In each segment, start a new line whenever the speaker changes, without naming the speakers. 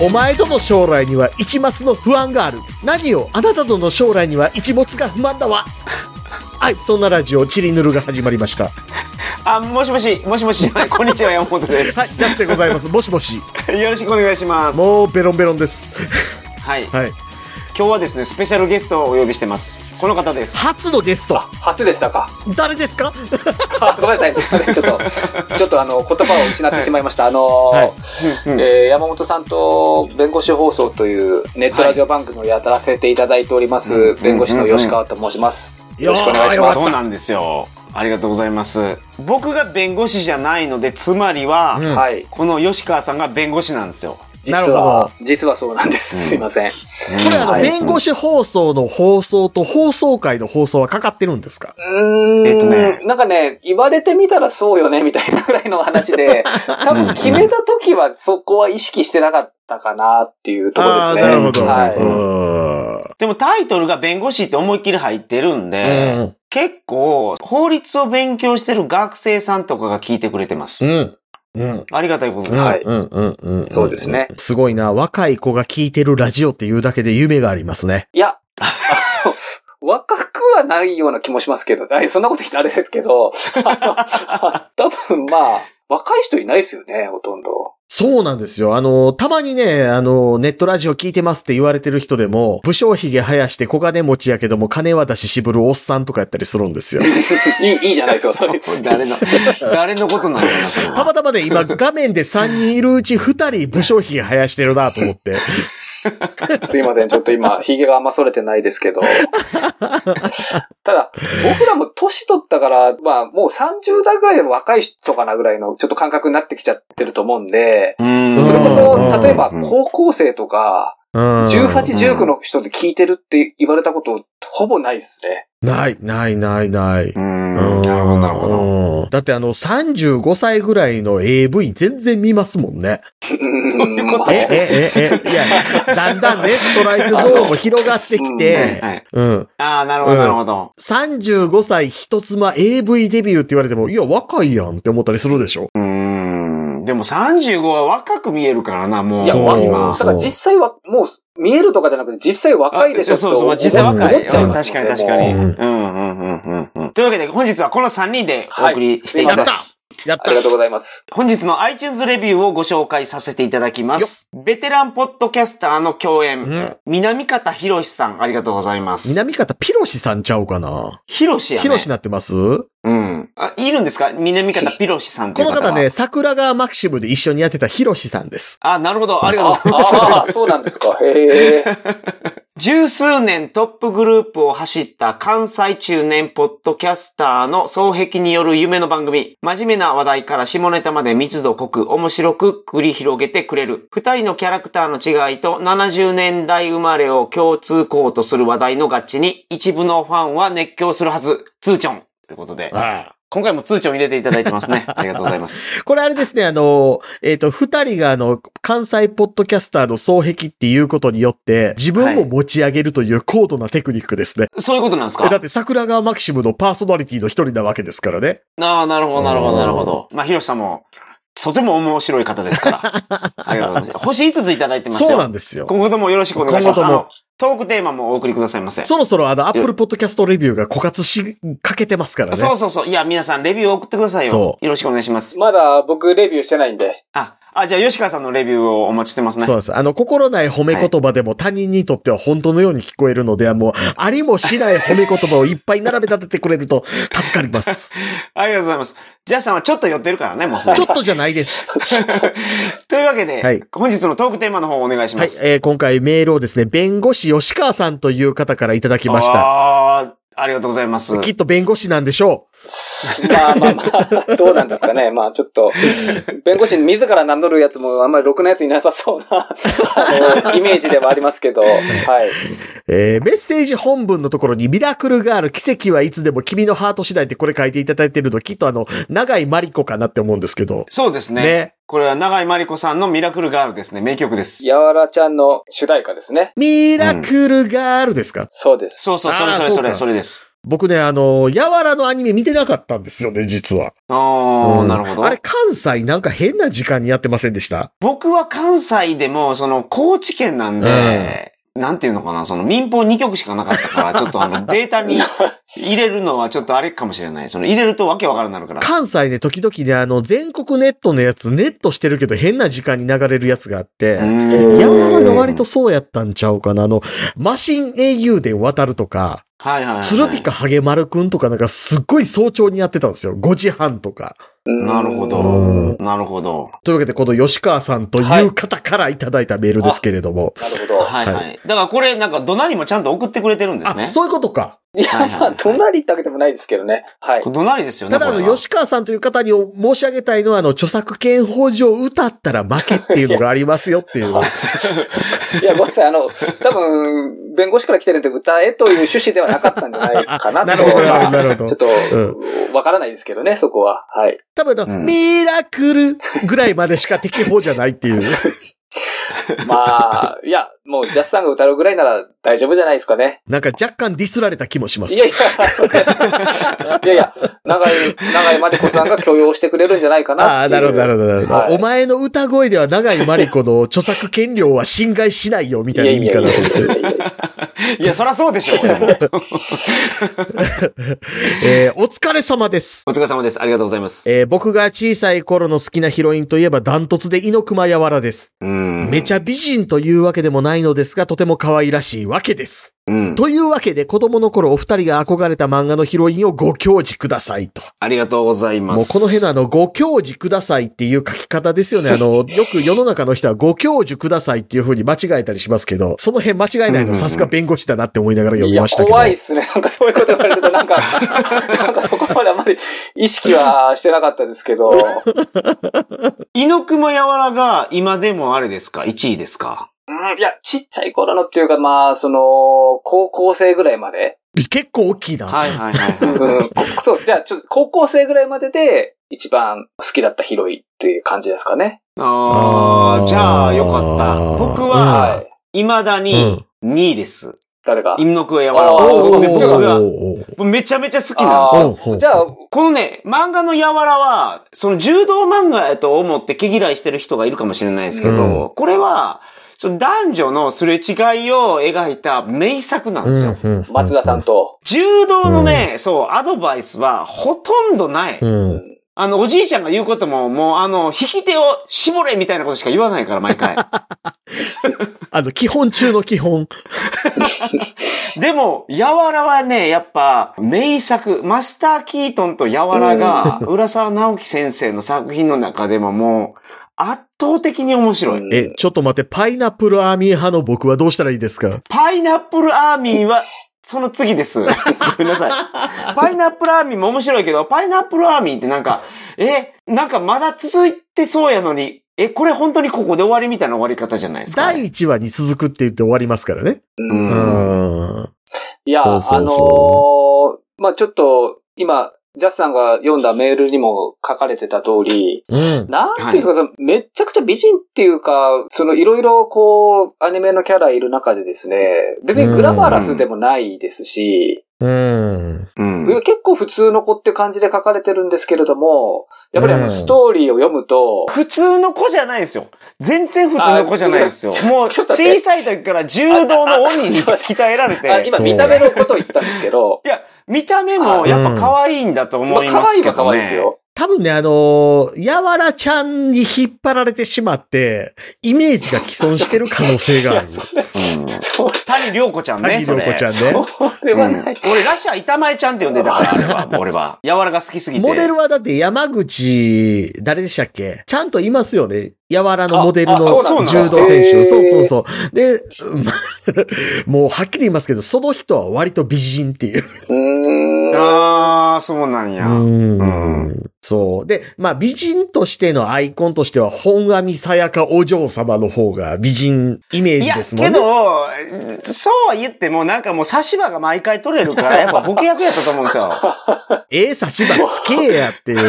お前との将来には一末の不安がある。何をあなたとの将来には一没が不満だわ。 はい、そんなラジオ、チリヌルが始まりました。
あ、もしもし、もしもし、 こんにちは、山本です。
はい、ジャスでございます。もしもし。
よろしくお願いします。は
もうベロンベロンです。
い、今
はい。
日はですね、スペシャルゲストをお呼びしてます。この方です。
初のゲスト。
初でしたか。
誰ですか
あごめんなさい。すいませんちょっと、ちょっとあの、言葉を失ってしまいました。あの
はい
うん
えー山本さんと弁護士放送というネットラジオ番組をやらせていただいております、
うん
弁護士の吉川と申します。よろしくお願いし
よ
ま
ー
す。
そうなんですよ。ありがとうございます。僕が弁護士じゃないので、つまりは、
うん
はい。
この吉川さんが弁護士なんですよ。
実
なるほ
は、実はそうなんです。
うん
すいません。
これ、あの、
はい
弁護士放送の放送と放送会の放送はかかってるんですか
うーん、
えっとね
なんかね、言われてみたらそうよね、みたいなぐらいの話で、多分決めた時はそこは意識してなかったかなっていうところですね。
あーなるほど。
はい。
でもタイトルが弁護士って思いっきり入ってるん
う
で、
ん。
結構、法律を勉強してる学生さんとかが聞いてくれてま
う
す。
ん。うん。
ありがたいことです。
はい
うんうんうんん
そうですね。
すごいな。若い子が聞いてるラジオっていうだけで夢がありますね。
いや、あの、若くはないような気もしますけど、あそんなこと言ってあれですけど、あの多分まあ、若い人いないですよね、ほとんど。
そうなんですよ。あの、たまにね、あの、ネットラジオ聞いてますって言われてる人でも、武将髭生やして小金持ちやけども金は出し渋るおっさんとかやったりするん ですよ。
いい、いいじゃないです か、それ。
誰の、誰のことなのかな、それは
たまたまね、今画面で3人いるうち2人武将髭生やしてるなと思 って。
すいません、ちょっと今、髭があんまそれてないですけど。ただ、僕らも年取ったから、まあ、もう30代ぐらいでも若い人かなぐらいの、ちょっと感覚になってきちゃってると思うんで、
うん
それこ
うん
そ、例えば、
うん
高校生とか、
うん
18、19の人で聞いてるって言われたこと、ほぼないですね。
ない、ない、ない、ない。
うんなるほど、なるほど。
ど。だってあの、35歳ぐらいの AV 全然見ますもんね。
どういうこと
まあ
え、え、え、え、いや、だんだんね、ストライクゾーンも広がってき
はい
て、
はい
うん。
ああ、なるほ
うん
ど、なるほど。
35歳一妻 AV デビューって言われても、いや、若いやんって思ったりするでしょ。
うーん。でも35は若く見えるからな、もう。
いや
そう
今
だから実際は、もう、見えるとかじゃなくて、実際若いでしょ
あ
と
そう
思
そう、
っ
実際若い。
思っちゃいます
確
の
か
で
に確かに。
う
うんんうんうんうんうん。というわけで、本日はこの3人でお送りしていき
やっ
ま
た
す。
やっ
ありがとうございます。
本日の iTunes レビューをご紹介させていただきます。ベテランポッドキャスターの共
たう
演、
ん。
南方博さん、ありがとうございます。
南方ピロシさんちゃうかな
ひろしやね。
ピロシになってますこ
うん。あ、いるんですか南方ピロシさんっていう
の
方は。
方ね、桜川マキシムで一緒にやってたヒロシさんです。
あ、なるほど。ありがとうございます。
ああー、そうなんですか。へえ。
十数年トップグループを走った関西中年ポッドキャスターの双璧による夢の番組。真面目な話題から下ネタまで密度濃く面白く繰り広げてくれる。二人のキャラクターの違いと70年代生まれを共通項とする話題の合致に一部のファンは熱狂するはず。ツーチョン。ということで。
あ
今回もツーチョン入れていただいてます ね。ありがとうございます。
あこれあれですね、あの、えっ、と、二人があの、関西ポッドキャスターの双璧っていうことによって、自分も持ち上げるという高度なテクニックですね。
そういうことなんです
えだっ
か
て桜川マキシムのパーソナリティの一人なわけですからね。
ああ、なるほど、なるほど、なるほど。まあ、ヒロシさんも、とても面白い方です から。ありがとうございます。星5ついただいてますよ。
そうなんですよ。
今後ともよろしくお願いします。
今後と
あ
も
の、トークテーマもお送りくださいませ。
そろそろあの、アップルポッドキャストレビューが枯渇しかけてますからね。
そうそうそう。いや、皆さん、レビューを送ってください
そ
よ。よろしくお願いします。
まだ僕レビューしてないんで。
あ、あ、じゃあ、吉川さんのレビューをお待ちしてますね。
そうです。あの、心ない褒め言葉でも他人にとっては本当のように聞こえるので、もう、ありもしない褒め言葉をいっぱい並べ立ててくれると助かり ます。
ありがとうございます。ジャスさんはちょっと寄ってるからね、もうすで
ちょ
に
っ。とじゃないです。
というわけで、
はい
本日のトークテーマの方をお願いし
は
ま
い、
す。
えー今回メールをですね、弁護士吉川さんという方からいただきました。
あーありがとうございます。
きっと弁護士なんでしょ
まあまあまあ、どうなんですか ね。まあちょっと、弁護士自ら名乗るやつもあんまりろくなやついなさそうな、あの、イメージではありますけど、はい。
う。えーメッセージ本文のところにミラクルガール奇跡はいつでも君のハート次第ってこれ書いていただいてるの、きっとあの、長井まり子かなって思うんですけど。
そうですね。
ね
これは永井真理子さんのミラクルガールですね。名曲です。
やわらちゃんの主題歌ですね。
ミラクルガールですか、
そうです。
そうそう、それそ
あー
れ
そう
そ
か
れ、それです。
僕ね、あの、やわらのアニメ見てなかったんですよね、実は。
あ
う
あ、
ん
なるほど。
あれ、関西なんか変な時間にやってませんでした
僕は関西でも、その、高知県なんで、なんていうのかな、その民放2局しかなかった から、ちょっとあの、データに入れるのはちょっとあれかもしれない。その、入れるとわけわからんなるから。
関西ね、時々ね、あの、全国ネットのやつ、ネットしてるけど変な時間に流れるやつがあって、
うん
やわらが割と、そうやったんちゃうかな。あの、マシン英雄伝渡るとか、
はいはいはい。
鶴ピカハゲマルくんとかなんかすっごい早朝にやってたんですよ。5時半とか。
なるほ
うん
ど。なるほど。
というわけで、この吉川さんという方からいただいたメールですけれども。
なるほど。
はいは。
はい
だからこれ、なんか、どなりもちゃんと送ってくれてるんです
あ、
ね。
そういうことか。
い や、
はいはい
まあ、隣ってわけでもないですけどね。はい。
どなりですよね。
ただ、あ
これ
の、
は
吉川さんという方に申し上げたいのは、あの、著作権法上歌ったら負けっていうのがありますよって いう。
いや、ごめんなさい。あの、多分、弁護士から来てるんで歌えという趣旨ではなかったんじゃないかな と。
なるほど、
まあ
なるほ
ちょ
ど
っ。と、わからないですけどね、そこは。はい。
多分あの、
うん
ミラクルぐらいまでしか適法じゃないっていう。
まあ、いや、もうジャスさんが歌うぐらいなら大丈夫じゃないですかね。
なんか若干ディスられた気もします
い。やいや、それいやいや、長井、長井まりこさんが許容してくれるんじゃないか
あ
な
あ、
っていう。
なるほど、なるほど、なるほど。
はい
お前の歌声では長井真理子の著作権料は侵害しないよ、みたいな意味かなと思って。
いやいやいや
いや、そらそうでしょうよ。
えーお疲れ様です。
お疲れ様です。ありがとうございます。
えー僕が小さい頃の好きなヒロインといえばダントツで猪熊柔らです。
うん。
めち
ゃ、
ゃ美人というわけでもないのですが、とても可愛らしいわけです。
うん。
というわけで、子供の頃お二人が憧れた漫画のヒロインをご教示くださいと。
ありがとうございます。
もうこの辺のあの、ご教示くださいっていう書き方ですよね。あの、よく世の中の人はご教授くださいっていう風に間違えたりしますけど、その辺間違えない
うんうんう
の
ん
さすが弁護士だなって思いながら
いや
読
い
み
や
ましたけど。
怖いですね。なんかそういうこと言われると、なんか、なんかそこまであんまり意識はしてなかったですけど。
猪熊柔らが今でもあれですか ?1 位ですか
うんいや、ちっちゃい頃のっていうか、まあ、その、高校生ぐらいまで。
結構大きいな。
はいはいは
うん
い、はい。
こそう、じゃあ、ちょっと高校生ぐらいまでで、一番好きだったヒロインっていう感じですかね。
ああ、じゃあよかった。僕
あ
は、
はい。
未だに2位です。
誰が。
猪熊柔ら
おー
は。
おー
僕が
おー
めちゃめちゃ好きなんですよ。
おー
じゃあ、
このね、漫画の柔らは、その柔道漫画やと思って毛嫌いしてる人がいるかもしれないですけど、これは、その男女のすれ違いを描いた名作なんですよ。
うんうん
松田さんと。
柔道のね、そう、アドバイスはほとんどない。
うん。
あの、おじいちゃんが言うことも、もう、あの、引き手を絞れみたいなことしか言わないから、毎回。
あの、基本中の基本。
でも、柔らはね、やっぱ、名作、マスター・キートンと柔らが、浦沢直樹先生の作品の中でももう、圧倒的に面白い。
え、ちょっと待って、パイナップルアーミー派の僕はどうしたらいいですか
パイナップルアーミーは、その次です。ごめんなさい。パイナップルアーミーも面白いけど、パイナップルアーミーってなんか、え、なんかまだ続いてそうやのに、え、これ本当にここで終わりみたいな終わり方じゃないですか。
第1話に続くって言って終わりますからね。
う
うんん。
いや、
そうそう
あのーまあ、ちょっと、今、ジャスさんが読んだメールにも書かれてた通り、
うん。
なんていうんですか、そのめっちゃくちゃ美人っていうか、そのいろいろこう、アニメのキャラいる中でですね、別にグラマラスでもないですし、
うん。
うん。
結構普通の子って感じで書かれてるんですけれども、やっぱりあ
うん
の、ストーリーを読むと、
普通の子じゃないですよ。全然普通の子じゃないですよ
あ。
もう、
ちょっと待って
小さい時から柔道の鬼に鍛えられ
あ
て。
今見た目のことを言ってたんですけど、
いや、見た目もやっぱ可愛いんだと思
まあ、
い
可
ます
愛い
けど、ね。
は可愛いです。よ。
多分ね、あのー、やわらちゃんに引っ張られてしまって、イメージが既存してる可能性がある。
うん。
そう、
谷涼子ちゃんね、
谷
そ
涼
れ。
子ちゃんね。
それはない。
うん俺、ラシャ板前ちゃんって呼んでたから、あれは、俺は。柔らか好きすぎて。
モデルはだって山口、誰でしたっけちゃんといますよね。柔らのモデル
あ
の
あそうなん
だ
柔道選
へ
手。
ー
そうそうそう。で、 うんもうはっきり言いますけど、その人は割と美人っていう。
うーん。
あー、そうなんや。
うんそう。で、まあ美人としてのアイコンとしては、本阿弥さやかお嬢様の方が美人イメー
い
ジ
や、
ですも
け
んね。
ど、そうは言っても、なんかもう差し歯が毎回取れるから、やっぱボケ役やったと思うんですよ。
ええ差し歯つけえやっていう。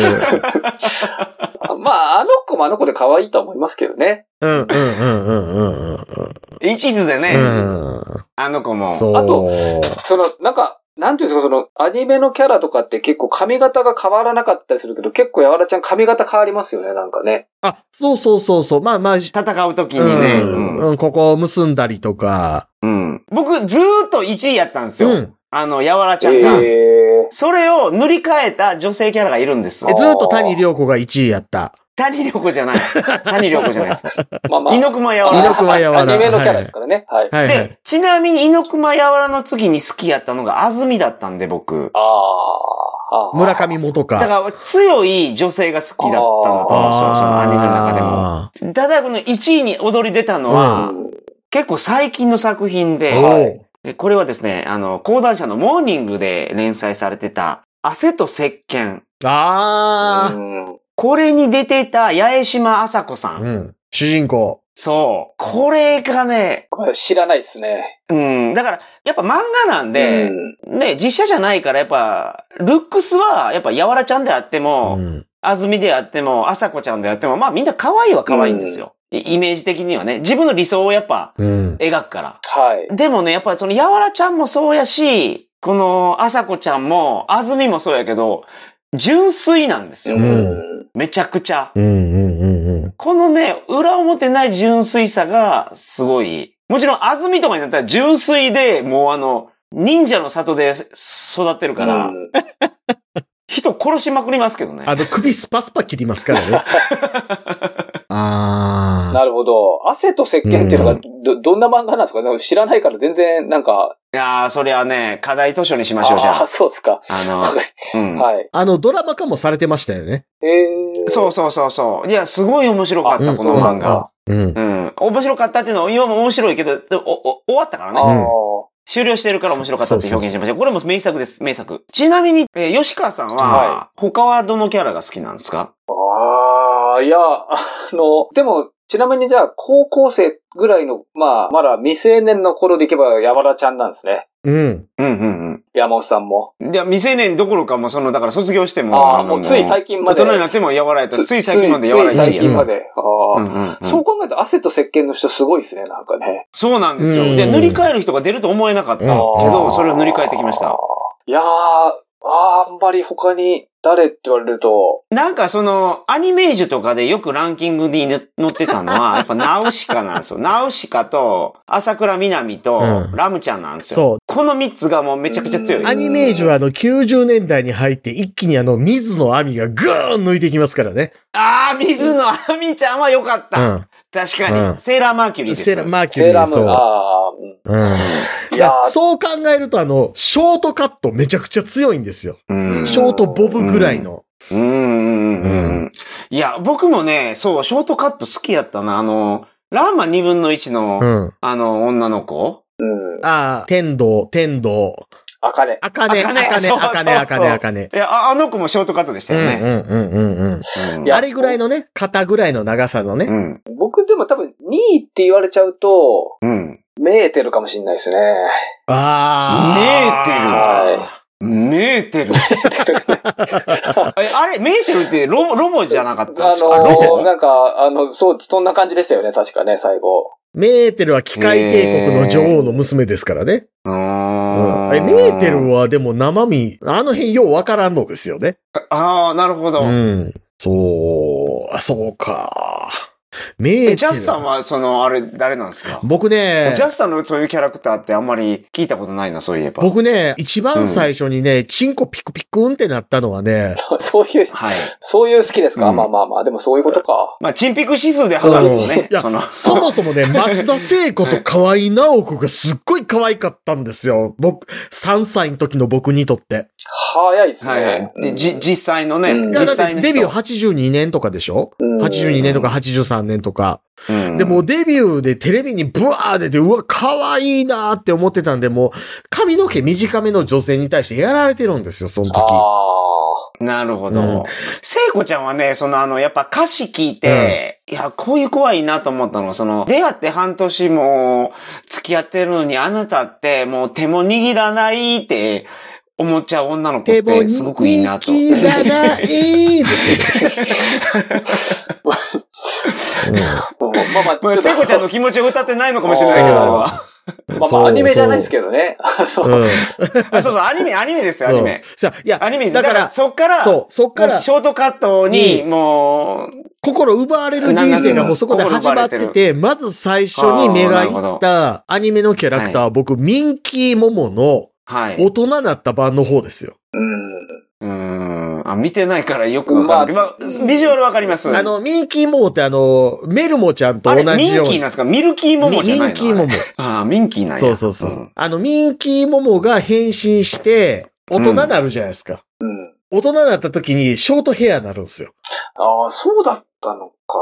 まあ、あの子もあの子で可愛いとは思いますけどね。
うんうんうんうんうんうん
一途でね、
うん。
あの子も。
そう。
あとその、なんか、なんていうんですか、その、アニメのキャラとかって結構髪型が変わらなかったりするけど、結構やわらちゃん髪型変わりますよね、なんかね。
あ、そうそうそうそう。まあまあ、
戦う時にね。
う
う
ん、
ん
うん、ここを結んだりとか。
うん僕、ずーっと1位やったんですよ。
うん。
あの、やわらちゃんが。
え
それを塗り替えた女性キャラがいるんです
え。
あ
ずーっと谷良子が1位やった。
谷涼子じ ゃない。谷涼子じゃないです。
ー、 まあまあ。
猪熊やわ
猪
ら。
熊やわら
アニメのキャラですからね。はい。
はい、はい。
で、ちなみに猪熊やわらの次に好きやったのが安住だったんで、僕。
あーあー。
村上元
だか
か。
ら強い女性が好きだったんだと思うんですよ、そのアニメの中でも。
あー
ただこの1位に躍り出たのは、
うん
結構最近の作品で、
は
お
いう
でこれはですね、あの、講談社のモーニングで連載されてた、汗と石鹸。
あ
うん
これに出てた八重島麻子さ
あ、
ん。
うん。主人公。
そう。これがね、
これ知らないですね。
うん。だから、やっぱ漫画なん
う
で、
ん
ね、実写じゃないから、やっぱ、ルックスは、やっぱ、やわらちゃんであっても、
うん。
あずみであっても、あさこちゃんであっても、まあみんな可愛いは可愛いんですよ。イイメージ的にはね。自分の理想をやっぱ
うん。
描くから。
はい。
でもね、やっぱりその、やわらちゃんもそうやし、この、あさこちゃんも、あずみもそうやけど、純粋なんですよ。
うん
めちゃくちゃ。
うんうんうんうん。
このね、裏表ない純粋さが、すごい。もちろん、あずみとかになったら純粋で、もうあの、忍者の里で育ってるから、
うん
人殺しまくりますけどね。
あの、首スパスパ切ります からね。ああ。
なるほど。汗と石鹸っていうのが、ど、どんな漫画なんですかなんか知らないから全然、なんか、
いやー、それはね、課題図書にしましょう、じゃ
ああ、
あ。
そうっすか。わか
あ
り
の、うん。
はい。
あの、ドラマ化もされてましたよね。
えー、
そうそうそうそう。いや、すごい面白かっ
あ
た、この
そうなん
漫
だ
画。
うん。
うん。面白かったっていうのは、今も面白いけど、でもおお終わったから
あ
ね。
あ、
終了してるから面白かったって表現しました。これも名作です、名作。ちなみに、えー吉川さんは
は、
他はどのキャラが好きなんですか
ああ、いや、あの、でも、ちなみにじゃあ、高校生ぐらいの、まあ、まだ未成年の頃でいけば、やわらちゃんなんですね。
うん。
うんうん
山本さんも。
うん。いや、未成年どころかも、その、だから卒業しても、
ああ、
の
もうつい最近まで。
大人になっても柔らいと、つい最近まで柔らい
つい
し
最
い
近
や
まで。ああ、
そ
そうう考えると、汗と石鹸の人すごいですね、なんかね。
そうなんです
う
よ。
ん
で、塗り替える人が出ると思えなかった
う
け
ん
ど、それを塗り替えてきました。。
いやー、あーあんまり他に誰って言われると、
なんかその、アニメージュとかでよくランキングにね載ってたの は、やっぱナウシカなんですよ。ナウシカと、朝倉みなみ
う、
と
ん
ラムちゃんなんです
そ
よ。この三つがもうめちゃくちゃ強
う。
い。
アニメージュはあの、90年代に入って一気にあの、水野亜美がぐーん抜いていきますからね。
あー、水野亜美ちゃんは良かっ
う
た。
ん。
確か
う
に。
ん
セーラーマーキュリーで
セ
す
ラ。マーキュリ
セーラ
ー
ームーン、
そう。
あーう
う
ん
ん。
いやー
そう考えると、あの、ショートカットめちゃくちゃ強いんですよ。
うん
ショートボブぐらいの。
うんうんうんう。
うん
いや、僕もね、そう、ショートカット好きやったな。あの、ラーマ2分の1の、
うん。
あの、女の子。
うん。
ああ、天道、天道。
あかね。
あかね、あか
茜
ね、
そうそう
あかね、あかね、あかね。
いや、ああの子もショートカットでした
うんう
よ
ん
ね。
うんうんうん。
うん
いや
あれぐらいのね、肩ぐらいの長さの
う
ね。
ん。
僕でも多分2位って言われちゃうと、
うん。
メーテルかもしんないですね。
ああ。
は
メーテル。え、あれ、メーテルってロボロボじゃなかっ
い。
たん
あ
ですか
のー、なんか、あの、そう、そんな感じでしたよね、確かね、最後。
メーテルは機械帝国の女王の娘ですからね。うんえ、メーテル
を。
はでも生身、あの辺ようわからんのですよね。
ああ、なるほど。
うん。そう、あ、そうか。メーテ
え
ル。
ジャスさんは、その、あれ、誰なんですか
僕ね、
ジャスさんのそういうキャラクターってあんまり聞いたことないな、そういえば。
僕ね、一番最初にね、チンコピクピクンってなったのはね、
そういう、
はい。
そういう好きですか、
うん
まあまあまあ、でもそういうことか。
まあ、チンピク指数で測るとね
い、や
その、
そもそも ね、松田聖子と河合直子がすっごい可愛かったんですよ。僕、3歳の時の僕にとって。
早いですね。
はいはい。で、じ、実際のね、
うん
いや、
実
だっ
際
て
の人
デビュー82年とかでしょ
うん
?82 年とか83年とか。
うん
で、もうデビューでテレビにブワー出て、うわ、可愛いなーって思ってたんで、もう髪の毛短めの女性に対してやられてるんですよ、その
あ
時。
なるほ
うん
ど。聖子ちゃんはね、そのあの、やっぱ歌詞聞いて、いや、こういう子はいいなと思ったの。その、出会って半年も付き合ってるのに、あなたってもう手も握らないって思っちゃう女の子ってすごくい いなと。
手も握らないですよ
ーまあま あ、
これ聖子ちゃんの気持ちを歌ってないのかもしれないけど、あれは。
まあまあ、アニメじゃないですけどね。 そ うう。
ん。
あそうそう、アニメ、アニメですよ、アニメ。
そういや、
アニメ
だか
だからら、そっから、
そう、そっから
ショートカットに、
う
もう、
心奪われる人生がもうそこで始まって
心奪われ
て、まず最初に目がいったアニメのキャラクターは僕、ミンキーモモの
はい。
大人なった版の方ですよ。
うん。
うーん。あ、見てないからよくわかる。
ま
まあ、ビジュアルわかります。
あの、ミンキーモモってあの、メルモちゃんと
あ
同
れ、
じように。
ミンキーなんですかミルキーモモじゃ
ミ
な
ミ
いの
ンキーモモ。
ああ、ミンキーなんや。
そうそうそう。
ん
あの、ミンキーモモが変身して、大人になるじゃないですか。
うん。
大人になった時にショートヘアになるんですよ。
ああ、そうだったのか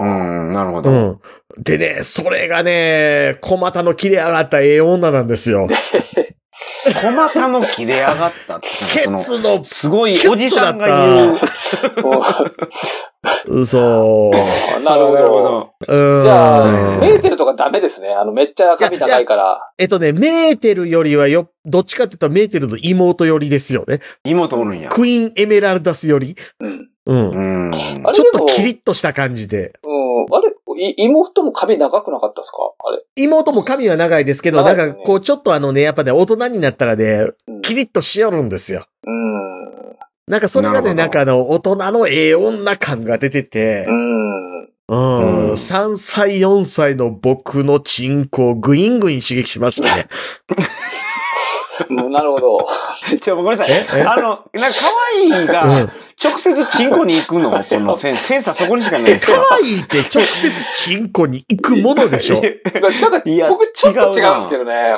う
な。
ん、なるほ
う
ど。
ん。でね、それがね、小股の切れ上がったええ女なんです よ。
小股の切れ上がったっ
ケ
て、
ツ
その、
の
すごいおじさんが言う。
嘘。
うん なるほど。。
うん
じゃ
う
あ、
ん
メーテルとかダメですね。あの、めっちゃ髪高いから。
えっとね、メーテルよりはよ、どっちかって言ったらメーテルの妹よりですよね。
妹おるんや。
クイーンエメラルダスより。
うん。
うん。
うん。
あれ
ちょっと
でも
キリッとした感じで。
うん。あれ、い妹も髪長くなかったですかあれ。
妹も髪は長いですけど、
長
ないん
ですね
かこうちょっとあのね、やっぱね、大人になったらね、
うん
キリッとしよるんですよ。
うん。
なんかそれがね、
な
なん
るほど
かあの、大人のええ女感が出てて、
うん。
うん、
うん
3歳、4歳の僕のチンコをグイングイン刺激しました ね。
うんなるほど。
ちょ、ごめんなさ
ええ
い。あの、なんか、可愛いが、直接チンコに行くの、その、センセンサーそこにしかない。
可愛いって直接チンコに行くもの でしょ。
なんか、
いや
僕ちょっと違うんですけ
ど。
どね。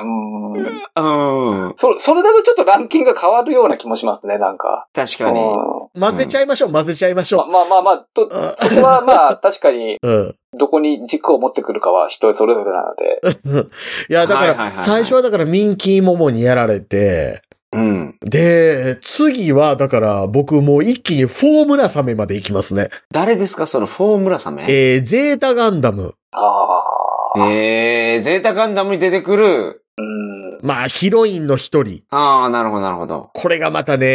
うん。
うん。
そそれだとちょっとランキングが変わるような気もしますね、なんか。
確かに。
う
混ぜちゃいましょう、混ぜちゃいまし
んま
ょ
まあまあまあ、
う。
と
うん
そこはまあ、確かに、
うん。
どこに軸を持ってくるかは人それぞれなので。
いや、だか
はいはいはい
ら、
はい
最初はだからミンキーモモにやられて、
うん。
で、次はだから僕もう一気にフォームラサメまで行きますね。
誰ですかその、フォームラサメ
えー、ゼータガンダム。
ああ。
えー、ゼータガンダムに出てくる。
うん。
まあ、ヒロインの一人。
ああ、なるほど、なるほど。
これがまたね、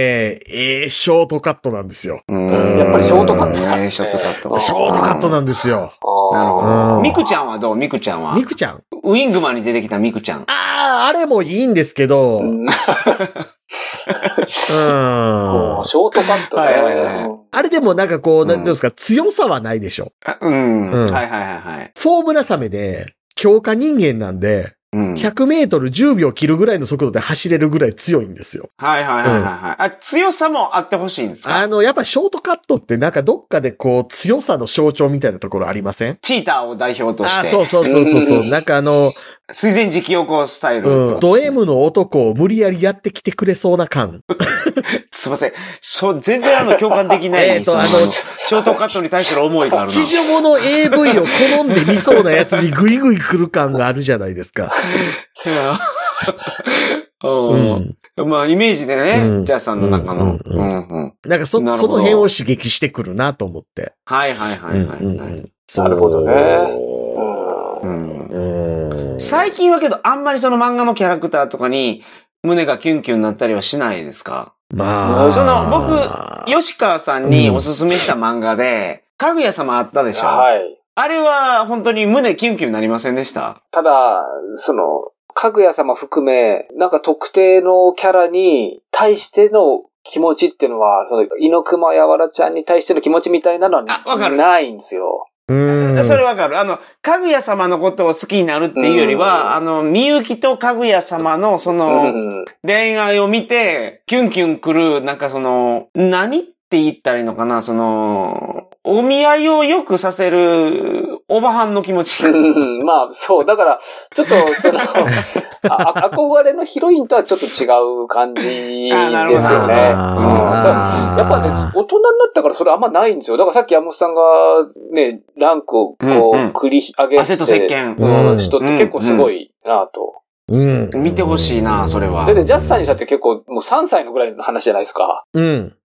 えー、ショートカットなんですよ。
うん
やっぱりショートカ
ットなんですね
ショートカット。
ショートカット
な
なんですよ。
なるほ
ああ。
うん
ど。ミクちゃんはどうミクちゃんは
ミ。クちゃん。
ウィングマンに出てきたミクちゃん。
あー、あれもいいんですけど、うん。
うんこうショートカット
はいはいはい
ね。
あれでもなんかこう、
うん
なんていうんですか、強さはないでしょ。
あうん。
うん
はいはいはいはい。
フォームラサメで、強化人間なんで、
うん。
100メートル10秒切るぐらいの速度で走れるぐらい強いんですよ。
はいはいはいはいはい。あ、強さもあってほしいんです
あ
か
の、やっぱショートカットってなんかどっかでこう強さの象徴みたいなところありません
チーターを代表とし
あ、
て、
そうそうそうそうそう。なんかあの、
水前寺清子スタイルって
う
こ
ん、
と
ド
ですね、
M の男を無理やりやってきてくれそうな感。
すいません。そう、全然あの、共感できない。
えーと
その
あの
ショートカットに対する思いがある
地上の AV を好んで見そうなやつにグイグイ来る感があるじゃないですか。う
な。うん
ん。
まあ、イメージでね、
うん
ジャスさんの中の。
うんうん
うんうん
なんかそ、そ
な
の
るほど
辺を刺激してくるなと思って。
はいはいはいはい、
うんう
は
んう
い
んそう
なるほどね
う
うん
ん
最近はけど、あんまりその漫画のキャラクターとかに、胸がキュンキュンになったりはしないですか
まあ。
その吉川さんにおすすめした漫画で、かぐや様あったでしょ、
はい。
あれは本当に胸キュンキュンになりませんでした
ただ、その、かぐや様含め、なんか特定のキャラに対しての気持ちっていうのは、その、猪熊やわらちゃんに対しての気持ちみたいなの
あわか
は、
る
ないんですよ。
うん。
それわかるあの、かぐや様のことを好きになるっていうよりは、あの、みゆきとかぐや様のそうの
ん。
恋愛を見て、キュンキュンくる、なんかその、何って言ったらいいのかなその、お見合いをよくさせる、おばはんの気持ち。
うんまあ、そう。だから、ちょっと、その、あ憧れのヒロインとはちょっと違う感じ
あなるほど
ですよね。うん。だ
あ
から
ー
やっぱね、大人になったからそれあんまないんですよ。だからさっき山本さんが、ね、ランクをこう
うんうん、
繰り上げて、
汗と石鹸。
う
うんん、人って結構すごいなと。
うん。
見てほしいな、それは
だっ。てジャスさんにしたって結構もう3歳のぐらいの話じゃないですか。
うん。
うん。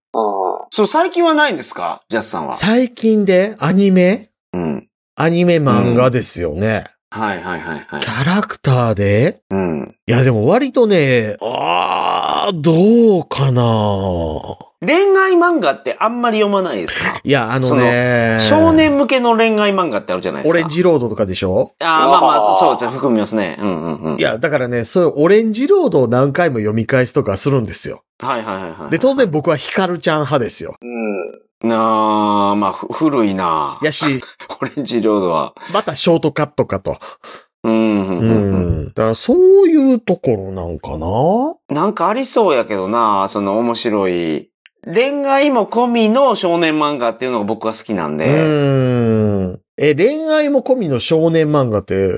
そう、最近はないんですかジャスさんは。
最近でアニメ
うん。
アニメ漫画ですよね。
はいはいはいはい
キ。ャラクターで
うん。
いや、でも割とね、あー、どうかな
恋愛漫画ってあんまり読まないですか
いや、あのね。
少年向けの恋愛漫画ってあるじゃないです
オ
か。
レンジロードとかでしょ
ああ、まあま
あ
あ、
ー
そうですね。含みますね。うんうんうん。
い。や、だからね、そういうオレンジロードを何回も読み返すとかするんですよ。
はいはいはいはい。
で、当然僕はヒカルちゃん派ですよ。
うん。
なあ、まあ、ふ古いなあ
やし、
オレンジロードは。
またショートカットかと。
うんうん
う
うんうん。
ん。だからそういうところなんかな
なんかありそうやけどなその面白い。恋愛も込みの少年漫画っていうのが僕は好きなん
う
で。
ーん。え、恋愛も込みの少年漫画って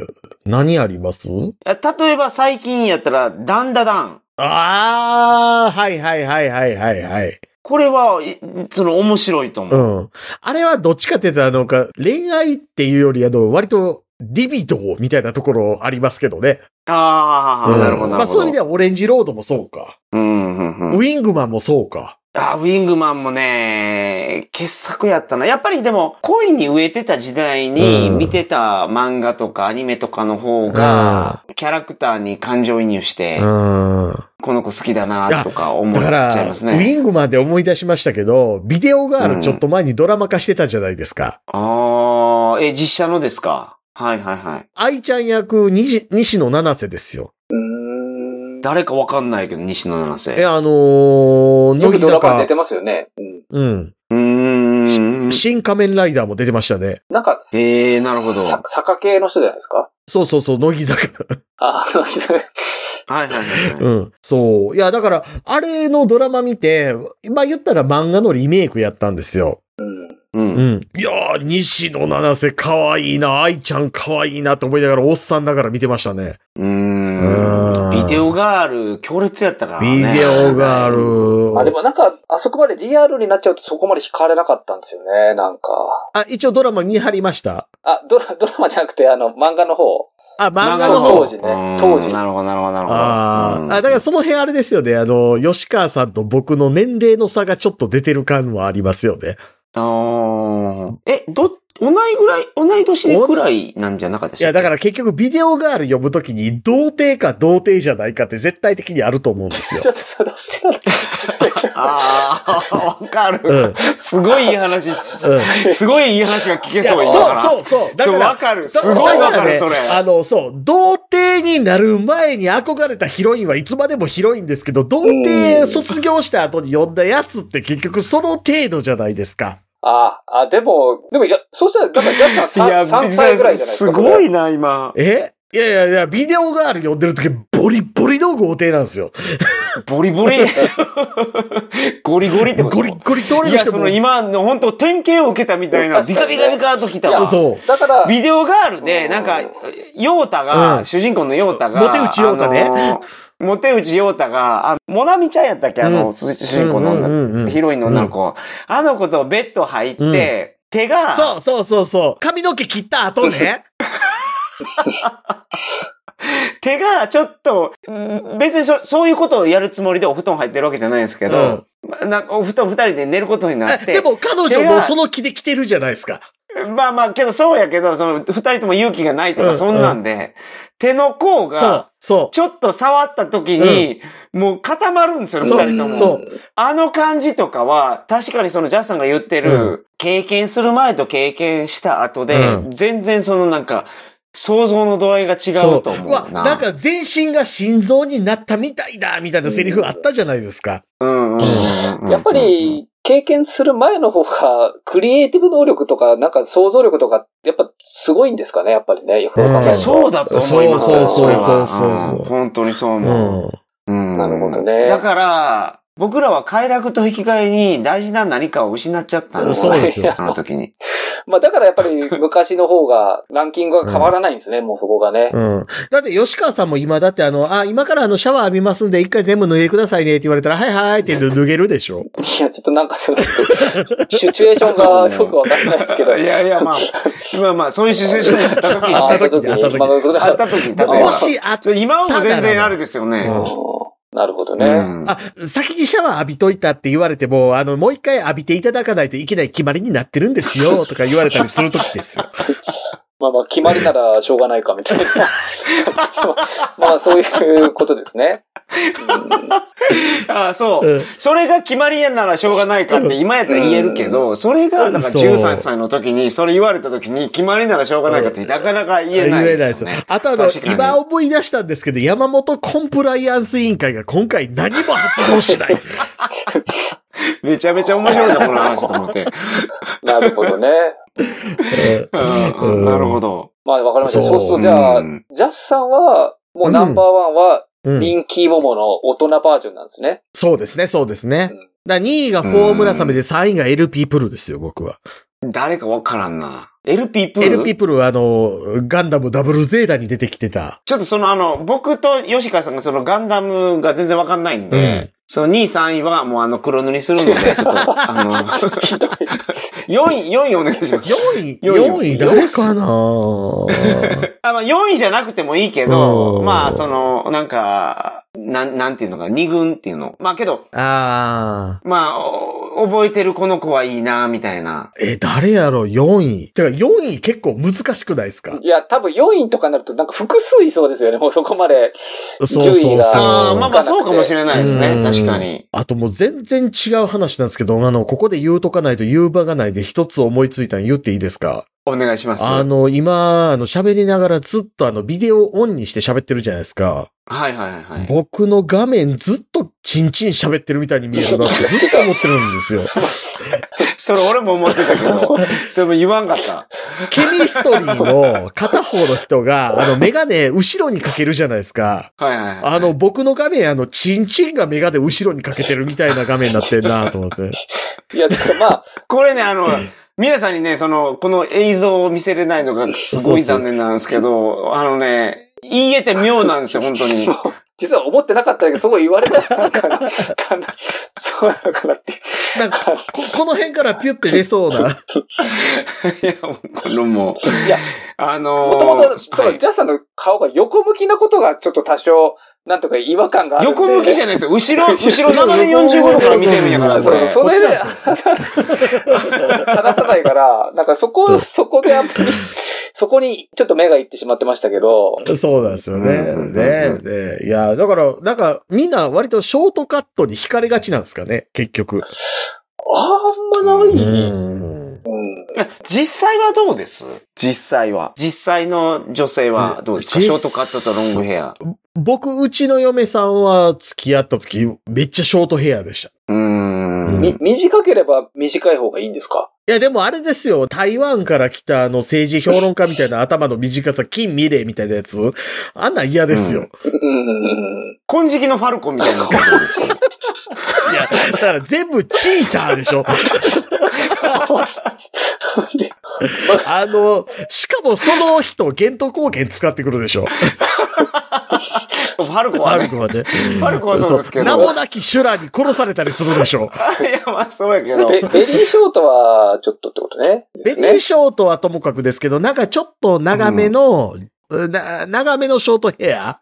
何あります
例えば最近やったら、ダンダダン。
ああ、はいはいはいはいはいはい。
これは、いその面白いと思
う
う。
ん。あれはどっちかって言ったらなんか、恋愛っていうよりあの、割と、リビドーみたいなところありますけどね。
あ
う
あ、
ん
なるほど
ま
なる
あ
ほ
そういう意味で
ど。
はオレンジロードもそうか。
うんうんうん
ウィングマンもそうか。
あ、ウィングマンもね、傑作やったな。やっぱりでも、恋に植えてた時代に
うん
見てた漫画とかアニメとかの方が、キャラクターに感情移入して、
うん。
この子好きだなとか思
だ
っ
か
ち
ら、
ゃい
ウ
ます
ィ
ね。
ングマンで思い出しましたけど、ビデオガールちょっと前にドラマ化してたじゃないですか。
ああ、え、実写のですかはいはいはい。
愛ちゃん役、西西野七瀬ですよ。
うん。
誰かわかんないけど、西野七
え、
瀬。
あのー、
よ
乃
く
木
ドラマに出
坂
て。ますよね。うん。
うん。
うーん。
新仮面ライダーも出てましたね。
なんか、
えー、なるほど。
さ坂系の人じゃないですか
そうそうそう、乃木坂。
ああの、
はいはいはいはい。
うん。そう。いや、だから、あれのドラマ見て、まあ言ったら漫画のリメイクやったんですよ。
うん。
う。
うんん。いやー、西野七瀬可愛いな、愛ちゃん可愛いなと思いながら、おっさんだから見てましたね。
うー。
うんん
ビデオガール、強烈やったから
ビ
ね。
デオがある。
あ、でもなんか、あそこまでリアルになっちゃうとそこまで惹かれなかったんですよね、なんか。
あ、一応ドラマ見張りました。
あ、ドラ、ドラマじゃなくて、あの、漫画の方。
あ、漫画
画の
の
方
方
当。時ね
うん
当時
なるほど、なるほど、なるほど。
あー
うん
あ、だからその辺あれですよね。あの、吉川さんと僕の年齢の差がちょっと出てる感はありますよね。
あーえ、ど、同いぐらい、同い年ぐらいなんじゃなかったでし
い
た
や、
っけ
だから結局ビデオガール読むときに、童貞か童貞じゃないかって絶対的にあると思うんです よ
ち。ょっとさ、どっちなの
ああ、 わかる、
うん
すごいいい話し、
うん
すごいいい話が聞け
いや
そう、今から。
そうそうそう。だ
そ
か
うわ
ら、
かる。すごいわかる、それ。
あの、そう、童貞になる前に憧れたヒロインはいつまでもヒロインですけど、童貞卒業した後に呼んだやつって結局その程度じゃないですか。
あ、あ、でも、でも、いや、そうしたら、なんか、ジャスさん 3, 3歳ぐらいじゃないですか。
すごいな、今。
えいやいやいや、ビデオガール読んでる時ボリボリの豪邸なんですよ。
ボリボ リ。ゴリゴリってこと
ゴリゴリ通り
い
の
や、
人
そ
も
の。今の本当典型を受けたみたいな、ビ
確か
カ
にね
ビカビカっときた
い
わ
や。
そう。
だから、
ビデオガールで、なんか
うん、
ヨータが、
うん
主人公のヨータが、
モテウチヨータね
あのー。モテウチヨータが、あモナミちゃんやったっけあの、
うん
主人公の女、
うんうんうん
ヒロインの女の子。あの子とベッド入って、手が、
そうそうそうそう。髪の毛切った後ね。
手がちょっと、うん別にそそういうことをやるつもりでお布団入ってるわけじゃないんですけど、まなんかお布団二人で寝ることになっ
え
て。
でも彼女もその気で来てるじゃないですか。
まあまあ、けどそうやけど、その二人とも勇気がないと
う
か、
ん
そんなんで、手の甲
そ
が
う、、そ
ちょっと触った時に、もう固まるんですよ、
う。
二
そ
人と
う。
も。
そう。
あの感じとかは、確かにそのジャスさんが言ってる、
うん
経験する前と経験した後で、
うん
全然そのなんか、想像の度合いが違うと思うな。
わ、なんか全身が心臓になったみたいだ、みたいなセリフあったじゃないですか。
うんうんうんうんうん
やっぱ、り、経験する前の方が、 クリエイティブ能力とか、なんか想像力とか、やっぱすごいんですかね、やっぱりね。よくわかんない
いやそうだと思います
そう
よ、
そうそうそう
それは。
そう
うん本当にそう
う
思う。
ん。
うん
なるほどね
だから、僕らは快楽と引き換えに大事な何かを失っちゃったんです
そうですよ
あの時に。
まあだからやっぱり昔の方が、ランキングが変わらないんですね、もうそこがね。
うん。だって吉川さんも今だってあの、あ、今からあのシャワー浴びますんで一回全部脱いでくださいねって言われたら、はいはいって脱げるでしょ。
いや、ちょっとなんかその、シチュエーションがよくわかんないですけど。
いやいや、まあ、まあまあ、そういうシチュエーションがあった時に、
ああ
あ
あった
った時に、
時
まあそれ
った時に、例え
うん
も
ば。
しあっ
それ今はもう全然あれですよね。
うん
なるほど
う
ね。
ん
あ、先にシャワー浴びといたって言われても、あの、もう一 回浴びていただかないといけない決まりになってるんですよ、とか言われたりするときですよ。
まあまあ、決まりならしょうがないかみたいな。 まあ、そういうことですね。
ああ、そう。
うん
それが決まりやならしょうがないかって今やったら言えるけど、それがなんか
そう
13歳の時に、それ言われた時に決まりならしょうがないかってなかなか言えないですよね。
あとあの、
確かに
今思い出したんですけど、山本コンプライアンス委員会が今回何も発動しない。
めちゃめちゃ面白いな、この話と思って。
なるほどね。
うんうんなるほど。
まあ、わかりました。
そ
そううすると、じゃあ
う、ん
ジャスさんは、もうナンバーワンは、
うん、
ミンキーモモの大人バージョンなんですね。
そうですね、そうですね
うん。
だ2位がフォームラサメで3位が LP プルですよ、僕は。
誰かわからんな。LP プール
LP プルはあの、ガンダムダブルゼーダに出てきてた。
ちょっとそのあの、僕と吉川さんがそのガンダムが全然わかんないんで、
うん
その2位、3位はもうあの黒塗りするので、ちょっと、あの、
ひどい。
4位、4位お願いします。
4位、
4
4
位
位誰かな
あまあ、4位じゃなくてもいいけど、
うん
まあ、その、なんか、なん、なんていうのか、2軍っていうの。まあけど、
あー。
まあ、お覚えてるこの子はいいな、みたいな。
え、誰やろ ?4 位。てか4位結構難しくないですか
いや、多分4位とかになると、なんか複数いそうですよね。もうそこまで。順位が
ああ、まあまあ
つか
そう
なくて
かもしれないです
う
ね。
ん
確かに。
あともう全然違う話なんですけど、あの、ここで言うとかないと言う場がないで一つ思いついたの言っていいですか
お願いします。
あ
はい
の、今、あの、喋りながらずっとあの、ビデオオンにして喋ってるじゃないですか。
はいはいはい。
僕の画面ずっとチンチン喋ってるみたいに見える なってずっと思ってるんですよ。
それ俺も思ってたけど、それも言わんかった。
ケミストリーの片方の人が、あの、メガネ後ろにかけるじゃないですか。
はいはいはい。
あの、、僕の画面、あの、チンチンがメガネ後ろにかけてるみたいな画面になってんなと思って。
いや、だからまあ、
これね、あの、皆さんにね、その、この映像を見せれないのがすごい残念なんですけど、あのね、言えて妙なんですよ、本当に。
もう実は思ってなかったけど、そう言われたらなんかな、だんだんそうなのかなって。
なんかこ、 この辺からピュって出そうな。
いや、もうこれもう、
いや、
あのー
もともと、そ
は
の、
い
ジャスさんの顔が横向きなことがちょっと多少、なんとか違和感があるんで。
横向きじゃないですよ。後 ろ、後ろ
後ろ
斜め45度から見てるんやから、こ
そうそ
れ。
う、それで、
こ
話さないから、なんかそこ、そこであんまり、そこにちょっと目がいってしまってましたけど、
そうなんですよ
う
ね。
んうんうん
ねねいや、だから、なんか、みんな割とショートカットに惹かれがちなんですかね、結局。
あんまない。
ん。
うん
実際はどうです実際は。実際の女性はどうですか
実
ショートカットとロングヘア。
僕、うちの嫁さんは付き合った時、めっちゃショートヘアでした。いう
ーん。
み、短ければ短い方がいいんですか
や、でもあれですよ、台湾から来たあの政治評論家みたいな頭の短さ、金未麗みたいなやつ、あんなん嫌ですよ。
うん。
金色のファルコンみた いになってるんですよ。
いや、だから全部チーターでしょ。あの、しかもその人、幻冬光源使ってくるでしょ。
ファルコンは
パル
ね。
コはね。
パルコはそうですけど
名もなき修羅に殺されたりするでしょ
いや、まあそうやけど。
ベベリーショートは、ちょっとってことね。
う。
で
ベ
す
リー
ね。
ショートはともかくですけど、なんかちょっと長めの、な長めのショートヘア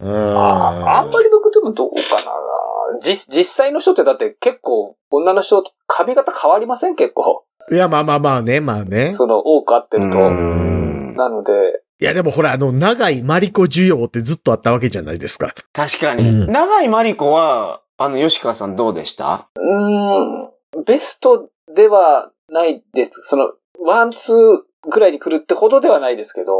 ああんまり僕でもどうかなじ、実際の人ってだって結構、女の人、髪型変わりません結構。
いや、まあまあまあね、まあね。
その、多く会ってる
う
と。
ん
なので、
いや、でもほら、あの、長いマリコ需要ってずっとあったわけじゃないですか。
確か
う
に。
ん
長井真理子は、あの、吉川さんどうでした
うーん、ベストではないです。その、ワン、ツーぐらいに来るってほどではないですけど、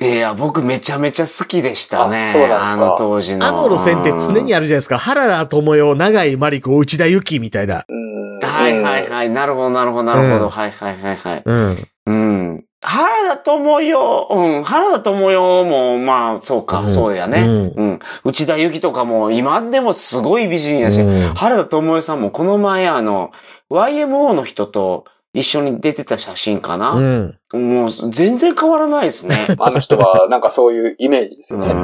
いや、僕めちゃめちゃ好きでしたね。
あそうなんですか
あの当時の。
あの路線って常にあるじゃないですか。原田智代、長いマリコ、内田有紀みたいな。
うん。
はいはいはい。なるほど、なるほど、なるほど。
うん
はいはいはいはい。
うん。
うん。原田智代、うん。原田智代も、まあ、そうか、
うん
そうや
う
ね。
ん
うん。内田有紀とかも、今でもすごい美人やし、
うん
原田智代さんもこの前、あの、YMO の人と一緒に出てた写真か
う
な。
ん。
もう、全然変わらないですね。
あの人は、なんかそういうイメージです
う
よね。
ん。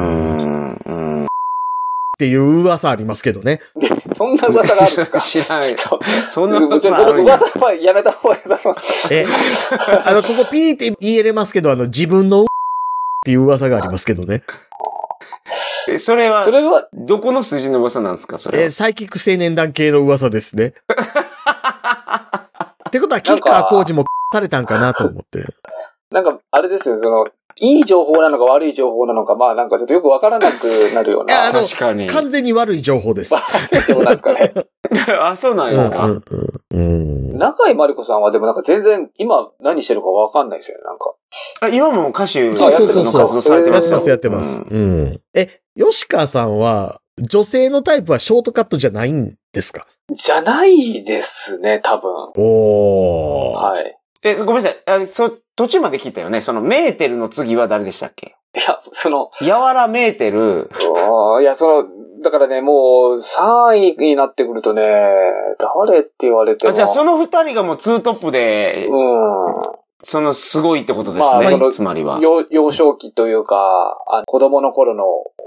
うん
っていう噂ありますけどね。
そんな噂があるんですか
知らない。
そう
そんな
も
こ
ちろ
と
ん
あ
そ
る
の
んや
噂はやめた方が良さそう。
え、あの、ここピーって言えれますけど、あの、自分のっていう噂がありますけどね。
えそれは
そ、れは、
どこの数字の噂なんですかそれ
え
は
ー。サイキック青年団系の噂です ね。ってことは、キ
な
ッ
んか
カー工事もされたんかなと思って。
なんか、あれですよ、その、いい情報なのか悪い情報なのか、まあなんかちょっとよくわからなくなるよ う
いやあ
な
の
確かに。
完全に悪い情報です。
情報なんですかね。
あ、そうなんですか。
うんうんうん
中井まりこさんはでもなんか全然今何してるかわかんないですよね、なんか。
あ今も歌手
あやってる
の
の活動されて
や
ま
って
す
ま
よ。
す、やってます
うん。
うん。え、吉川さんは、女性のタイプはショートカットじゃないんですか
じゃないですね、多分。
おー。
はい。
え、ごめんなさい。あそ途中まで聞いたよね。その、メーテルの次は誰でしたっけ
いや、その、
やわらメーテル。
あーいや、その、だからね、もう、3位になってくるとね、誰って言われても。
あじゃあ、その二人がもうツートップで、
う
その、すごいってことです
まあ
ね。
その
つまりは
ん。。幼幼少期というか、あ子供の頃の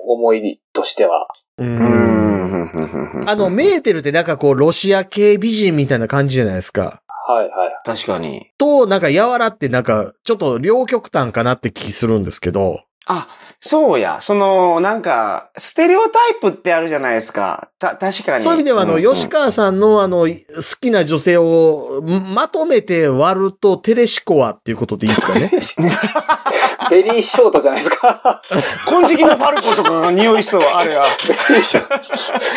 思いとしては。
う
うー
ん。
ん。
あの、メーテルってなんかこう、ロシア系美人みたいな感じじゃないですか。
はいはい。
確かに。
と、なんか、柔らってなんか、ちょっと両極端かなって気するんですけど。
あ、そうや。その、なんか、ステレオタイプってあるじゃないですか。た、確かに。
そういう意味では、あの、
んうん
吉川さんの、あの、好きな女性をんまとめて割ると、テレシコワっていうことでいいですかね。
ベリーショートじゃないですか。
金色のファルコとかの匂いしそう、あ れは。
ベリー ショ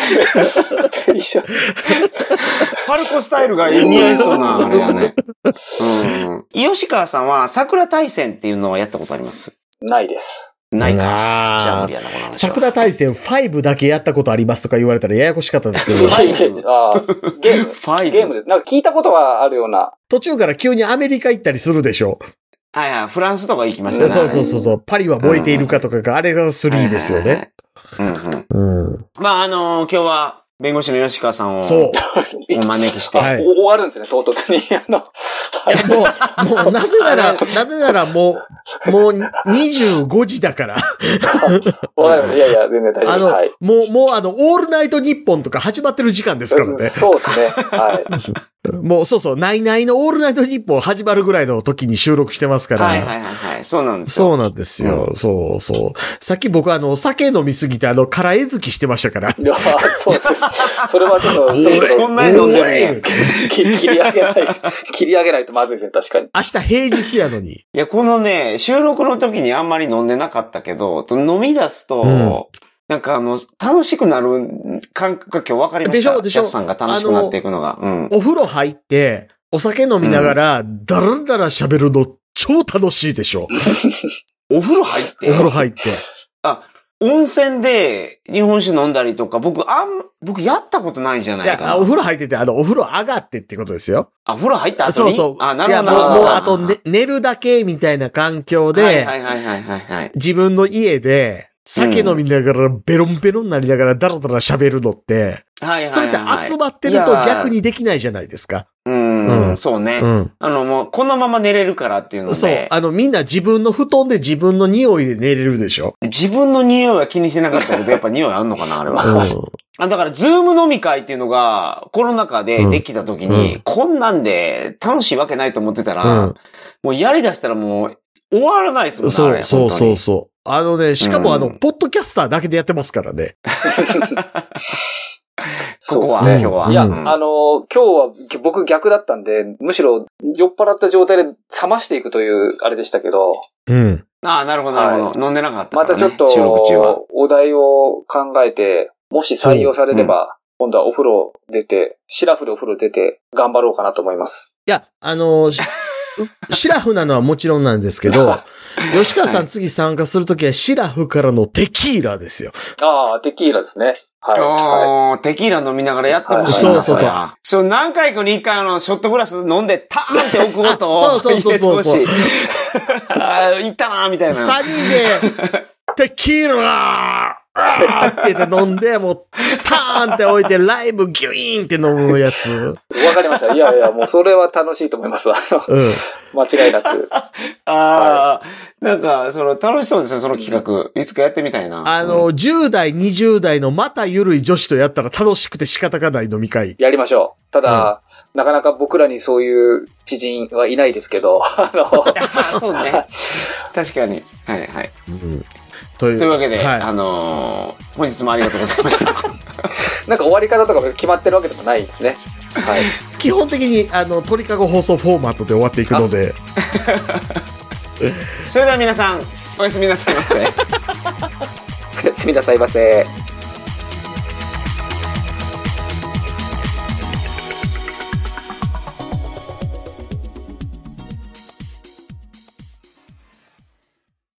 ート。ベリーショート。
ファルコスタイルが似合いそうな、あれ やね。うん。吉川さんは、桜大戦っていうのはやったことあります。
ないです。
ないか。じゃあ
な
無理やな、この話は。
桜大戦5だけやったことありますとか言われたらややこしかったんですけど、
はい
あーゲーム。
ファイ
ゲーム
ブ。
で、なんか聞いたことはあるような。
途中から急にアメリカ行ったりするでしょ。
はいはい、フランスとか行きまし
そ
た
う
ね。
そうそうそう。パリは燃えているかとかが、あれが3ですよね。
はいはいはい。うんうん。
うん。
まあ、あのー今日は、弁護士の吉川さんを、
そう。
お招きして、
はい
お終わるんですね、唐突に。 あの、
いやもう、もう、なぜなら、なぜならもう、もう25時だから。
わかりましたいやいや、全然大
あ
丈
の、
夫です。はい。
もう、もうあの、オールナイト日本とか始まってる時間ですからね。
そうですね。はい。
もうそうそう、ナイナイのオールナイト日本始まるぐらいの時に収録してますから。
はいはいはいはい。そうなんですよ。
そうなんですよ。そうそう。さっき僕あの、酒飲みすぎてあの、空絵好きしてましたから。
いやそうです。それはちょっと、そ
え
ろそ
そ
ろ
んなに飲んでるんや
おい
切り切り上げない、切り上げないとまずいですね、確 かに。
明日平日やのに。
いや、このね、収録の時にあんまり飲んでなかったけど、と飲み出すと、
うん
なんかあの、楽しくなる感覚が今日分かりました。
でしょでしょ
ジャスさんが楽しくなっていくのが。うん。
お風呂入って、お酒飲みながら、だらだら喋るの超楽しいでしょ。
お風呂入って
お風呂入って。
あ、温泉で日本酒飲んだりとか、僕、あん、僕やったことないん じゃないい
や
か、な。
あお風呂入ってて、あの、お風呂上がってってことですよ。
あ、お風呂入った後
そう
に
そう。
あ、なるほど。
いやもう、もう
な
あ
るほ
と、
ど
ね、寝るだけみたいな環境で、
はいはいはいはいはいはい。
自分の家で、酒飲みながら、ベロンベロンになりながら、だらだら喋るのって、
はいはいはいはい。
それって集まってると逆にできないじゃないですか。
うん、
うん
そうね、
うん。
あの、もう、このまま寝れるからっていうので。
そう。あの、みんな自分の布団で自分の匂いで寝れるでしょ。
自分の匂いは気にしてなかったけど、やっぱ匂いあんのかな、あれ は。あだから、ズーム飲み会っていうのが、コロナ禍でできた時に、
う
こんなんで楽しいわけないと思ってたら、
うん
もうやりだしたらもう、終わらないです
う
もん
ん。
ね、あ
そうそ
れ
う
本当
そ
に
うそう。あのね、しかもあの、
うん
ポッドキャスターだけでやってますからね。
そ
こ
うで
こ
す
は、
ね。
今日は。
うん
いや、あ
う
の
ん
今日は僕逆だったんで、むしろ酔っ払った状態で冷ましていくというあれでしたけど、
うん。
ああ、なるほど、なるほど、飲んでなかったか
ま
ら、ね。
たちょっ
収録中は。
と、お題を考えて、もし採用されれば、今度はお風呂出て、シラフでお風呂出て、頑張ろうかなと思います。
いや、あの、しシラフなのはもちろんなんですけど、 吉川さ
は
ん次参加するときはシラフからのテキーラですよ。
ああ、テキーラですね。はい。は
おーテキーラ飲みながらやってほしいな、
はいそうそうそう
れはそう、何回かに一回あの、ショットグラス飲んで、ターンって置く音
あ
を
そう
入
そう
れて
そ
ほ
う
し
そう
い。ああ、いったなーみたいな。
三人で、テキーラーって言って飲んで、もう、ターンって置いて、ライブギュイーンって飲むやつ。
い。わかりました。いやい や、もうそれは楽しいと思います。あの、
うん。
間違いなく。
ああ、なんか、その、楽しそうですね、その企画。いつかやってみたいな。
あ
うん、
の、10代、20代のまたゆるい女子とやったら楽しくて仕方がない飲み会。
やりましょう。ただ、なかなか僕らにそういう知人はいないですけど、あの、
あそうね。 確かに。はいはい。
という
というわけで、
はい
あのー本日もありがとうございました。
なんか終わり方とか決まってるわけでもないですね。 はい。
基本的に、あの、鳥かご放送フォーマットで終わっていくので、
それでは皆さん、おやすみなさいませ。
おやすみなさいませ。